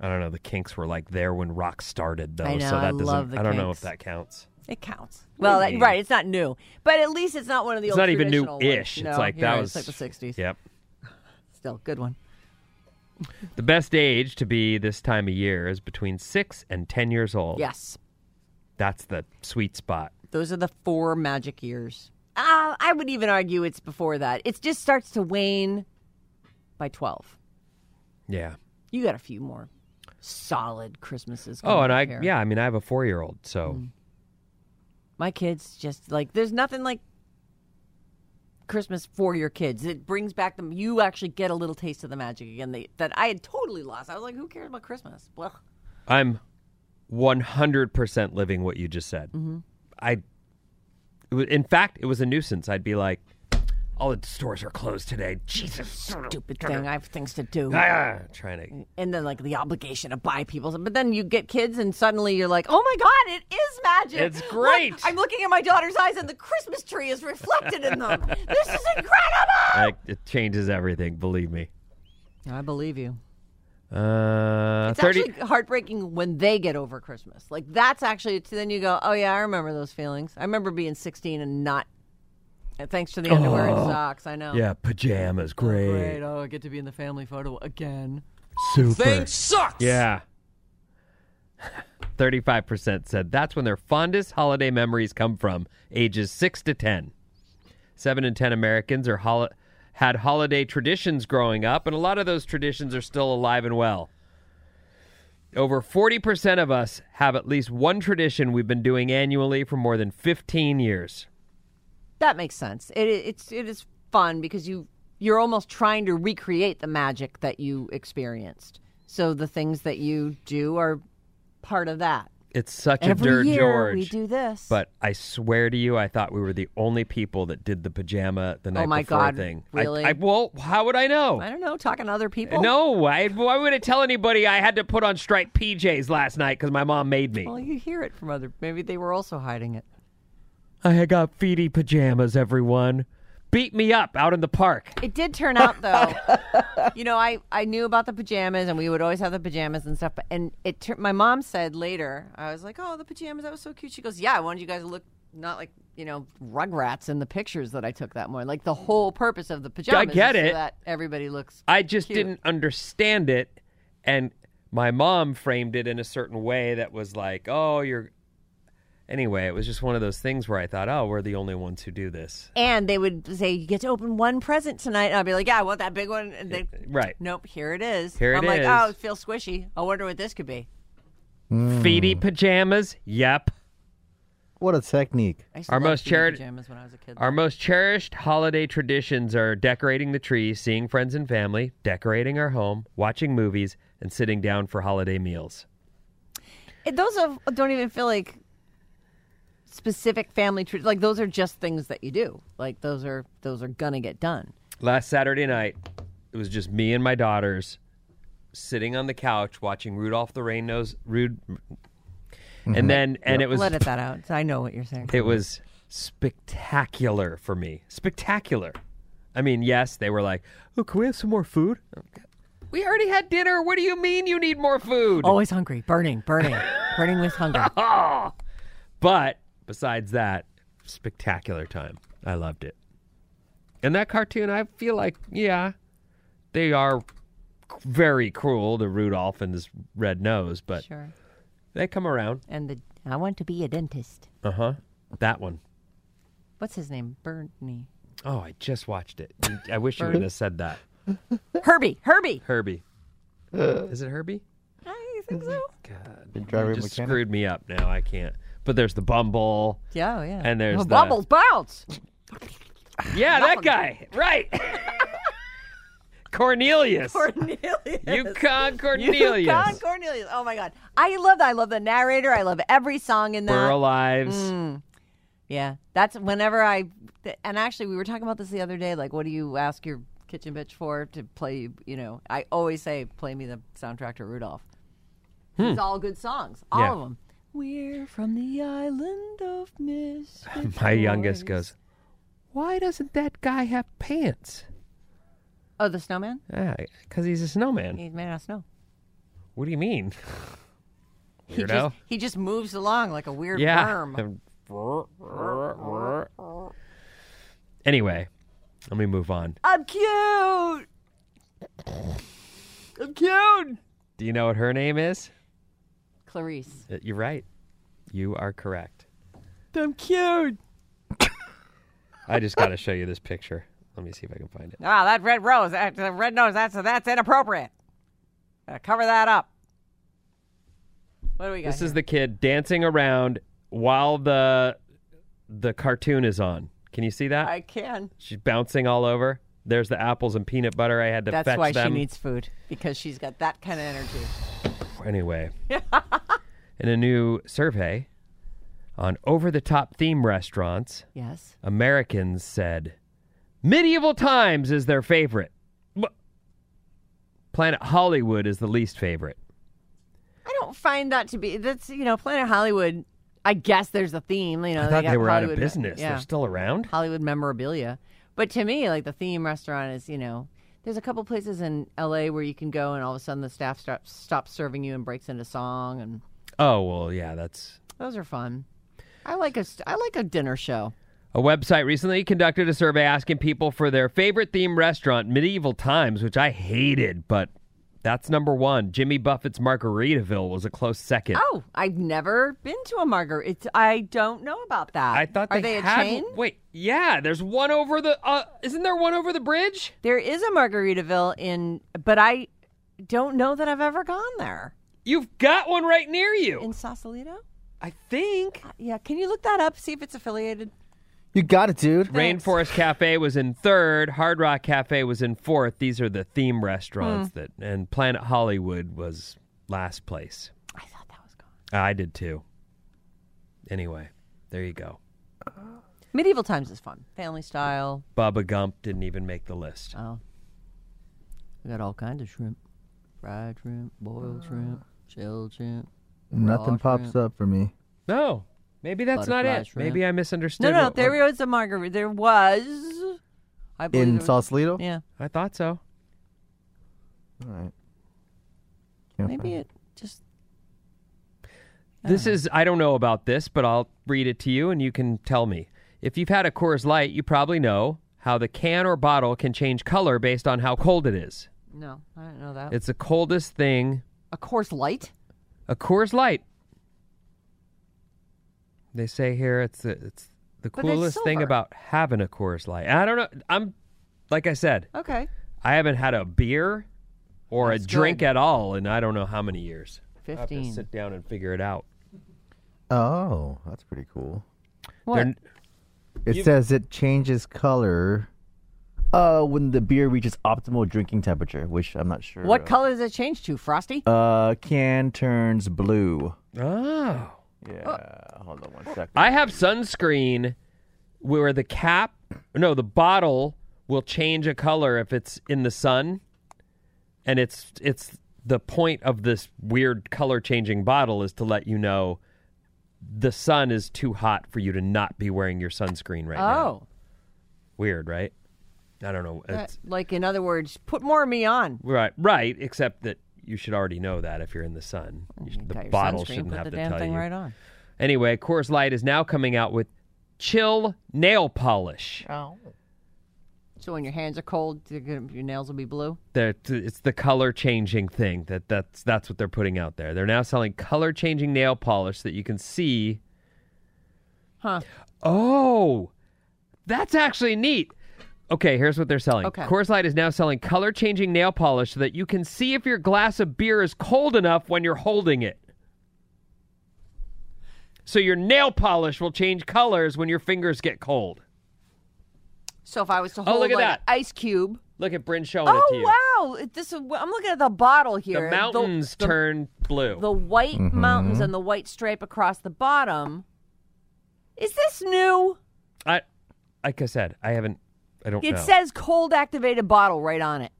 Speaker 5: I don't know. The Kinks were like there when rock started, though.
Speaker 3: I know,
Speaker 5: so that
Speaker 3: I
Speaker 5: doesn't.
Speaker 3: love the
Speaker 5: I don't know if
Speaker 3: Kinks.
Speaker 5: that counts.
Speaker 3: It counts.
Speaker 5: What do
Speaker 3: Well,
Speaker 5: you
Speaker 3: that,
Speaker 5: mean?
Speaker 3: right. It's not new, but at least it's not one of the
Speaker 5: it's
Speaker 3: old.
Speaker 5: not even
Speaker 3: traditional ones.
Speaker 5: new-ish.
Speaker 3: No,
Speaker 5: it's like
Speaker 3: you're
Speaker 5: that
Speaker 3: right,
Speaker 5: was
Speaker 3: it's like the '60s.
Speaker 5: Yep.
Speaker 3: Still good one.
Speaker 5: The best age to be this time of year is between six and ten years old.
Speaker 3: Yes,
Speaker 5: That's the sweet spot.
Speaker 3: those are the four magic years. Uh, I would even argue it's before that. It just starts to wane by twelve.
Speaker 5: Yeah.
Speaker 3: You got a few more solid Christmases.
Speaker 5: Oh,
Speaker 3: coming
Speaker 5: and
Speaker 3: up
Speaker 5: I
Speaker 3: here. Mm-hmm.
Speaker 5: yeah. I mean, I have a four-year-old, so
Speaker 3: My kids just like there's nothing like Christmas for your kids. It brings back them. You actually get a little taste of the magic again they, that I had totally lost. I was like, who cares about Christmas? Well,
Speaker 5: I'm 100% living what you just said.
Speaker 3: Mhm.
Speaker 5: I, it wa- in fact, it was a nuisance. I'd be like, all the stores are closed today. Jesus,
Speaker 3: stupid thing. I have things to do.
Speaker 5: Ah, trying to.
Speaker 3: And then like the obligation to buy people. But then you get kids, and suddenly you're like, oh my god, it is magic.
Speaker 5: It's
Speaker 3: Look,
Speaker 5: great.
Speaker 3: I'm looking at my daughter's eyes, and the Christmas tree is reflected in them. this is incredible.
Speaker 5: Like, it changes everything. Believe me.
Speaker 3: I believe you.
Speaker 5: Uh,
Speaker 3: It's
Speaker 5: 30
Speaker 3: actually heartbreaking when they get over Christmas. Like that's actually it's, then you go, oh yeah, I remember those feelings. I remember being 16 and not, and thanks to the underwear and
Speaker 5: Oh.
Speaker 3: socks. I know.
Speaker 5: Yeah, pajamas, great.
Speaker 3: Oh, I get to be in the family photo again.
Speaker 5: Super.
Speaker 3: Thing sucks.
Speaker 5: Yeah. 35% said that's when their fondest holiday memories come from, ages 6 to 10. 7 in 10 Americans are hol- had holiday traditions growing up, and a lot of those traditions are still alive and well. Over 40% of us have at least one tradition we've been doing annually for more than 15 years.
Speaker 3: That makes sense. It it's it is fun because you you're almost trying to recreate the magic that you experienced. So the things that you do are part of that.
Speaker 5: It's such
Speaker 3: Every
Speaker 5: a dirt
Speaker 3: year
Speaker 5: George.
Speaker 3: we do this.
Speaker 5: But I swear to you, I thought we were the only people that did the pajama the night
Speaker 3: Oh my
Speaker 5: before
Speaker 3: God,
Speaker 5: thing. I-
Speaker 3: really?
Speaker 5: I, well, how would I know?
Speaker 3: I don't know, talking to other people.
Speaker 5: oh. No, I, why would I tell anybody I had to put on striped PJs last night because my mom made me?
Speaker 3: Well, you hear it from other. Maybe they were also hiding it.
Speaker 5: I got feety pajamas, everyone. Beat me up out in the park.
Speaker 3: It did turn out though. you know, I I knew about the pajamas, and we would always have the pajamas and stuff. But and it tur- my mom said later, I was like, "Oh, the pajamas, that was so cute." She goes, "Yeah, I wanted you guys to look not like you know rugrats in the pictures that I took that morning. Like the whole purpose of the pajamas, is
Speaker 5: get
Speaker 3: so
Speaker 5: it.
Speaker 3: that everybody looks."
Speaker 5: I just
Speaker 3: Cute.
Speaker 5: didn't understand it, and my mom framed it in a certain way that was like, "Oh, you're." Anyway, it was just one of those things where I thought, "Oh, we're the only ones who do this."
Speaker 3: And they would say, "You get to open one present tonight," and I'd be like, "Yeah, I want that big one." And they,
Speaker 5: Right.
Speaker 3: nope, here it is.
Speaker 5: Here it
Speaker 3: I'm like,
Speaker 5: is.
Speaker 3: "Oh, it feels
Speaker 6: Hmm.
Speaker 3: squishy. I wonder what this could be."
Speaker 5: Feety pajamas. Yep.
Speaker 11: What a technique.
Speaker 3: I used to
Speaker 5: Our
Speaker 3: love
Speaker 5: most,
Speaker 3: beanie
Speaker 5: cherished,
Speaker 3: pajamas when I was a kid.
Speaker 5: our most cherished holiday traditions are decorating the tree, seeing friends and family, decorating our home, watching movies, and sitting down for holiday meals.
Speaker 3: It- those of, don't even feel like specific family tra- like those are just things that you do. Like those are those are gonna get done.
Speaker 5: Last Saturday night, it was just me and my daughters sitting on the couch watching Rudolph the Rain-Nosed Rude, and then and it was
Speaker 3: let it that out. I know what you're saying.
Speaker 5: It was spectacular for me. Spectacular. I mean, yes, they were like, "Oh, can we have some more food?" We already had dinner. What do you mean you need more food?
Speaker 3: Always hungry, burning, burning, burning with hunger.
Speaker 5: But besides that, spectacular time. I loved it. And that cartoon, I feel like, yeah, they are very cruel to Rudolph and his red nose, but
Speaker 3: Sure.
Speaker 5: they come around.
Speaker 3: And the I want to be a dentist.
Speaker 5: Uh huh. That one.
Speaker 3: What's his name? Bernie.
Speaker 5: Oh, I just watched it. I wish you would have said that.
Speaker 3: Herbie. Herbie.
Speaker 5: Herbie. Is it Herbie?
Speaker 3: I think so.
Speaker 5: The driver just screwed me up now. I can't. But there's the Bumble.
Speaker 3: Yeah, yeah.
Speaker 5: And there's
Speaker 3: Oh,
Speaker 5: the
Speaker 3: Bubbles Bounce.
Speaker 5: Yeah, that guy. Right. Cornelius.
Speaker 3: Cornelius.
Speaker 5: Yukon Cornelius.
Speaker 3: Yukon Cornelius. Oh my God. I love that. I love the narrator. I love every song in that.
Speaker 5: Burl Ives.
Speaker 3: Mm. Yeah. That's whenever I, th- and actually we were talking about this the other day. Like, what do you ask your kitchen bitch for to play, you know, I always say, play me the soundtrack to Rudolph.
Speaker 10: Hmm.
Speaker 3: It's all good songs. All
Speaker 5: Yeah.
Speaker 3: of them. We're from the island of misfit
Speaker 5: My youngest
Speaker 3: toys.
Speaker 5: goes, Why doesn't that guy have pants?
Speaker 3: Oh, the snowman?
Speaker 5: Yeah, because he's a snowman.
Speaker 3: He's made out of snow.
Speaker 5: What do you mean?
Speaker 3: He
Speaker 5: Weirdo.
Speaker 3: just, he just moves along like a weird
Speaker 5: yeah.
Speaker 3: worm.
Speaker 5: Anyway, let me move on.
Speaker 3: I'm cute. I'm cute.
Speaker 5: Do you know what her name is?
Speaker 3: Clarice.
Speaker 5: Uh, You're right. You are correct.
Speaker 3: I'm cute.
Speaker 5: I just got to show you this picture. Let me see if I can find it.
Speaker 3: Ah, that red rose, that the red nose, that's that's inappropriate. Uh, cover that up. What do we got?
Speaker 5: This is the kid dancing around while the the cartoon is on. Can you see that?
Speaker 3: I can.
Speaker 5: She's bouncing all over. There's the apples and peanut butter. I had to
Speaker 3: That's
Speaker 5: fetch
Speaker 3: why
Speaker 5: them.
Speaker 3: she needs food because she's got that kind of energy.
Speaker 5: Anyway, in a new survey on over the top theme restaurants,
Speaker 3: Yes.
Speaker 5: Americans said medieval times is their favorite. Wha- Planet Hollywood is the least favorite.
Speaker 3: I don't find that to be that's you know Planet Hollywood. I guess there's a theme. You know,
Speaker 5: I thought
Speaker 3: got
Speaker 5: they were out of
Speaker 3: Hollywood-
Speaker 5: business.
Speaker 3: Yeah.
Speaker 5: They're still around.
Speaker 3: Hollywood memorabilia. But to me, like the theme restaurant is, you know, there's a couple places in LA where you can go and all of a sudden the staff stops stops serving you and breaks into song and
Speaker 5: Oh well, yeah, that's
Speaker 3: those are fun. I like a st- I like a dinner show.
Speaker 5: A website recently conducted a survey asking people for their favorite theme restaurant, Medieval Times, which I hated, but that's number one. Jimmy Buffett's Margaritaville was a close second.
Speaker 3: Oh, I've never been to a margarita. It's, I don't know about that. I
Speaker 5: thought
Speaker 3: are
Speaker 5: they
Speaker 3: they,
Speaker 5: had-
Speaker 3: a chain?
Speaker 5: Wait, yeah. There's one over the. Uh, isn't there one over the bridge?
Speaker 3: There is a Margaritaville in, but I don't know that I've ever gone there.
Speaker 5: You've got one right near you
Speaker 3: in Sausalito. Uh,
Speaker 5: I think.
Speaker 3: Yeah, can you look that up? See if it's affiliated.
Speaker 5: You got it, dude. Rainforest Cafe was in third. Hard Rock Cafe was in fourth. These are the theme restaurants
Speaker 3: Hmm.
Speaker 5: that, and Planet Hollywood was last place. I thought that was gone. I did too. Anyway, there you go.
Speaker 3: Medieval times is fun, family style.
Speaker 5: Bubba Gump didn't even make the list.
Speaker 3: Oh. We got all kinds of shrimp. Fried shrimp, boiled shrimp, shelled shrimp.
Speaker 6: Oh. Nothing
Speaker 3: raw
Speaker 6: pops
Speaker 3: shrimp.
Speaker 6: up for me.
Speaker 5: No, maybe that's not
Speaker 3: Butterfly
Speaker 5: it.
Speaker 3: shrimp.
Speaker 5: Maybe I
Speaker 3: No,
Speaker 5: misunderstood. Oh,
Speaker 3: no,
Speaker 5: what-
Speaker 3: there was a margarita. There was. I believe
Speaker 6: In
Speaker 3: there was-
Speaker 6: Sausalito?
Speaker 3: Yeah.
Speaker 5: I thought so.
Speaker 6: All right.
Speaker 3: Maybe it just. Uh.
Speaker 5: This is I don't know about this, but I'll read it to you and you can tell me. If you've had a Coors Light, you probably know how the can or bottle can change color based on how cold it is.
Speaker 3: No, I don't know that.
Speaker 5: It's the coldest thing,
Speaker 3: a coarse light.
Speaker 5: a Coors Light. They say here it's the, it's the
Speaker 3: But they're
Speaker 5: coolest thing
Speaker 3: silver.
Speaker 5: about having a Coors Light. I don't know. I'm like I said,
Speaker 3: Okay.
Speaker 5: I haven't had a beer or a drink at all in I don't know how many years. I have to
Speaker 3: 15.
Speaker 5: sit down and figure it out.
Speaker 11: Oh, that's pretty cool.
Speaker 5: What?
Speaker 6: It says it changes color uh, when the beer reaches optimal drinking temperature, which I'm not sure.
Speaker 3: What
Speaker 6: of.
Speaker 3: color does it change to? Frosty?
Speaker 6: Uh, can turns blue.
Speaker 5: Oh.
Speaker 6: Yeah.
Speaker 3: Oh.
Speaker 6: Hold on one second.
Speaker 5: I have sunscreen where the cap, no, the bottle will change a color if it's in the sun, and it's it's the point of this weird color changing bottle is to let you know the sun is too hot for you to not be wearing your sunscreen right now.
Speaker 3: oh.
Speaker 5: Weird, right? I don't know.
Speaker 3: That-
Speaker 5: It's,
Speaker 3: like, in other words, put more of me on.
Speaker 5: right, right. Except that you should already know that if you're in the sun, You should- the
Speaker 3: Got your
Speaker 5: bottle
Speaker 3: sunscreen,
Speaker 5: shouldn't
Speaker 3: put
Speaker 5: have
Speaker 3: the
Speaker 5: to
Speaker 3: damn
Speaker 5: tell
Speaker 3: thing
Speaker 5: you.
Speaker 3: right on.
Speaker 5: Anyway, Coors Light is now coming out with chill nail polish.
Speaker 3: Oh. So when your hands are cold, they're gonna, your nails will be blue?
Speaker 5: That it's the color changing thing that that's that's what they're putting out there. They're now selling color changing nail polish that you can see.
Speaker 3: Huh.
Speaker 5: Oh, that's actually neat. Okay, here's what they're selling.
Speaker 3: Okay.
Speaker 5: Coors Light is now selling color changing nail polish so that you can see if your glass of beer is cold enough when you're holding it. So your nail polish will change colors when your fingers get cold.
Speaker 3: So if I was to
Speaker 5: Oh,
Speaker 3: hold
Speaker 5: look at
Speaker 3: like,
Speaker 5: that.
Speaker 3: ice cube.
Speaker 5: Look at Bryn showing it to you.
Speaker 3: Oh, wow. This is, I'm looking at the bottle here.
Speaker 5: The mountains
Speaker 3: the-
Speaker 5: turn blue.
Speaker 3: the white
Speaker 5: Mhm.
Speaker 3: mountains and the white stripe across the bottom. Is this new?
Speaker 5: I, like I said, I haven't. I don't.
Speaker 3: it
Speaker 5: know.
Speaker 3: says cold activated bottle right on it.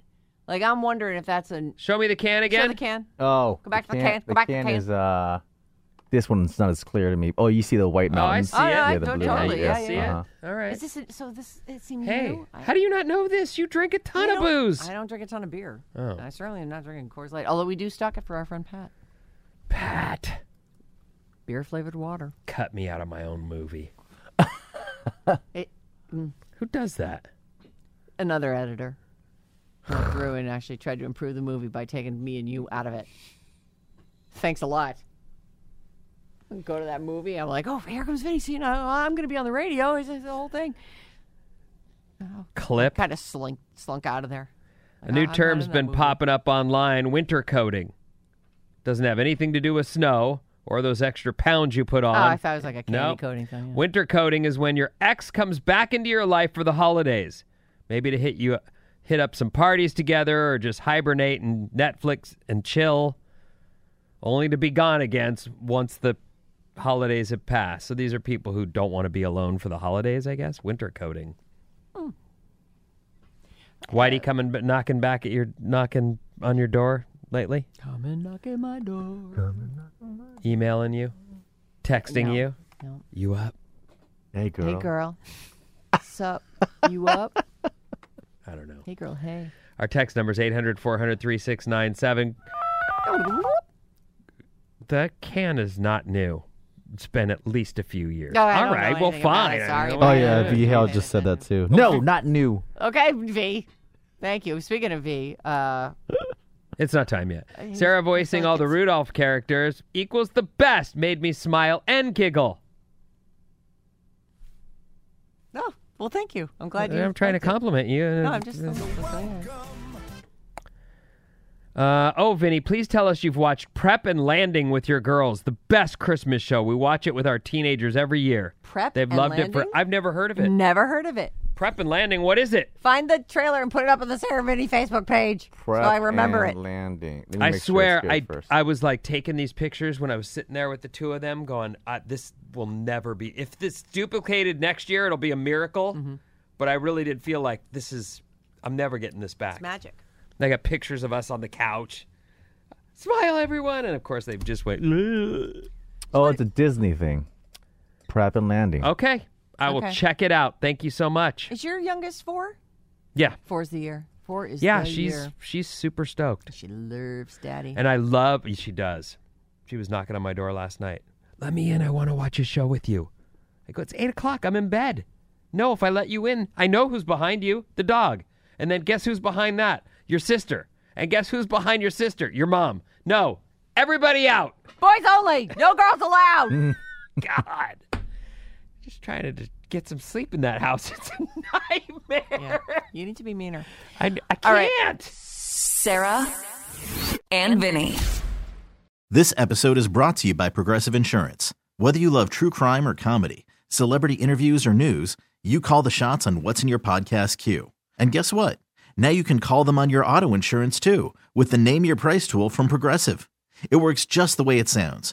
Speaker 3: Like I'm wondering if that's a
Speaker 5: Show me the can
Speaker 3: Show
Speaker 5: again.
Speaker 3: the can.
Speaker 6: Oh.
Speaker 3: Go back to the can. Go
Speaker 6: the
Speaker 3: back to the
Speaker 6: can
Speaker 3: can.
Speaker 6: is uh, this one's not as clear to me. Oh, you see the white
Speaker 5: Oh, I
Speaker 6: mountains?
Speaker 5: see it.
Speaker 6: Yeah, the blue
Speaker 5: totally.
Speaker 6: mountains.
Speaker 5: I see
Speaker 6: Uh-huh.
Speaker 5: it. All right.
Speaker 3: Is this a, so? This it seems
Speaker 5: hey,
Speaker 3: new. I-
Speaker 5: how do you not know this? You drink a ton
Speaker 3: I
Speaker 5: of
Speaker 3: don't-
Speaker 5: booze.
Speaker 3: I don't drink a ton of beer.
Speaker 5: Oh.
Speaker 3: I certainly am not drinking Coors Light, although we do stock it for our friend Pat.
Speaker 5: Pat.
Speaker 3: Beer flavored water.
Speaker 5: Cut me out of my own movie.
Speaker 3: It- mm.
Speaker 5: Who does that?
Speaker 3: Another editor went through and actually tried to improve the movie by taking me and you out of it. Thanks a lot. Go to that movie. I'm like, oh, here comes Vinny. See, now I'm going to be on the radio. Is this the whole thing?
Speaker 5: Clip.
Speaker 3: Kind of slink, slunk out of there.
Speaker 5: A new
Speaker 3: I'm not
Speaker 5: term's
Speaker 3: in that
Speaker 5: been
Speaker 3: movie.
Speaker 5: popping up online winter coating. Doesn't have anything to do with snow or those extra pounds you put on.
Speaker 3: Oh, I thought it was like a candy
Speaker 5: Um, No.
Speaker 3: coating thing, yeah.
Speaker 5: Winter coating is when your ex comes back into your life for the holidays. Maybe to hit you hit up some parties together or just hibernate and Netflix and chill. Only to be gone again s- once the holidays have passed. So these are people who don't want to be alone for the holidays, I guess. Winter coating.
Speaker 3: Hmm.
Speaker 5: Whitey
Speaker 3: Uh,
Speaker 5: coming but knocking back at your knocking on your door lately,
Speaker 3: Come and knock at my door.
Speaker 5: emailing you, texting
Speaker 3: No,
Speaker 5: you.
Speaker 3: no.
Speaker 5: You up?
Speaker 6: Hey girl.
Speaker 3: Hey, girl. Sup? You up?
Speaker 5: I don't know.
Speaker 3: Hey, girl. Hey.
Speaker 5: Our text number is 800 400 3697. The can is not new. It's been at least a few years.
Speaker 3: No, Oh, I
Speaker 5: All
Speaker 3: don't know
Speaker 5: right, well,
Speaker 3: anything about
Speaker 5: fine.
Speaker 3: it. Sorry
Speaker 6: Oh yeah, V Hale just said that too. No, not new.
Speaker 3: Okay, V. Thank you. Speaking of V, uh,
Speaker 5: It's not time yet. Sarah voicing all the Rudolph characters equals the best. Made me smile and giggle.
Speaker 3: no. oh, Well, thank you. I'm glad you.
Speaker 5: I'm trying to
Speaker 3: liked it.
Speaker 5: compliment you.
Speaker 3: No, I'm just. I'm just saying.
Speaker 5: Uh, oh, Vinny, please tell us you've watched Prep and Landing with your girls. The best Christmas show. We watch it with our teenagers every year.
Speaker 3: Prep
Speaker 5: They've
Speaker 3: and
Speaker 5: loved it for.
Speaker 3: Landing?
Speaker 5: I've never heard of it.
Speaker 3: Never heard of it.
Speaker 5: Prep and Landing. What is it?
Speaker 3: Find the trailer and put it up on the Sarah Vinny Facebook page so I remember it.
Speaker 6: Landing.
Speaker 5: I swear, I I was like taking these pictures when I was sitting there with the two of them, going, uh, "This will never be. If this duplicated next year, it'll be a miracle."
Speaker 3: Mm-hmm.
Speaker 5: But I really did feel like this is. I'm never getting this back.
Speaker 3: Magic.
Speaker 5: They got pictures of us on the couch. Smile, everyone, and of course they've just went. "Ugh."
Speaker 6: Oh, it's a Disney thing. Prep and landing.
Speaker 5: Okay, I will
Speaker 3: Okay.
Speaker 5: check it out. Thank you so much.
Speaker 3: Is your youngest four?
Speaker 5: Yeah,
Speaker 3: Four's the year. Four is
Speaker 5: yeah,
Speaker 3: the
Speaker 5: she's
Speaker 3: year.
Speaker 5: she's super stoked,
Speaker 3: She loves daddy.
Speaker 5: and I love. She does. She was knocking on my door last night. Let me in. I want to watch a show with you. I go, it's eight o'clock. I'm in bed. No, if I let you in, I know who's behind you the dog. And then guess who's behind that? Your sister. And guess who's behind your sister? Your mom. No, everybody out.
Speaker 3: Boys only. No girls allowed.
Speaker 5: God. Just trying to just get some sleep in that house. It's a nightmare.
Speaker 3: you need to be meaner.
Speaker 5: I, I can't.
Speaker 3: All right.
Speaker 2: Sarah and Vinny.
Speaker 8: This episode is brought to you by Progressive Insurance. Whether you love true crime or comedy, celebrity interviews, or news, you call the shots on what's in your podcast queue. And guess what? Now you can call them on your auto insurance too with the Name Your Price tool from Progressive. It works just the way it sounds.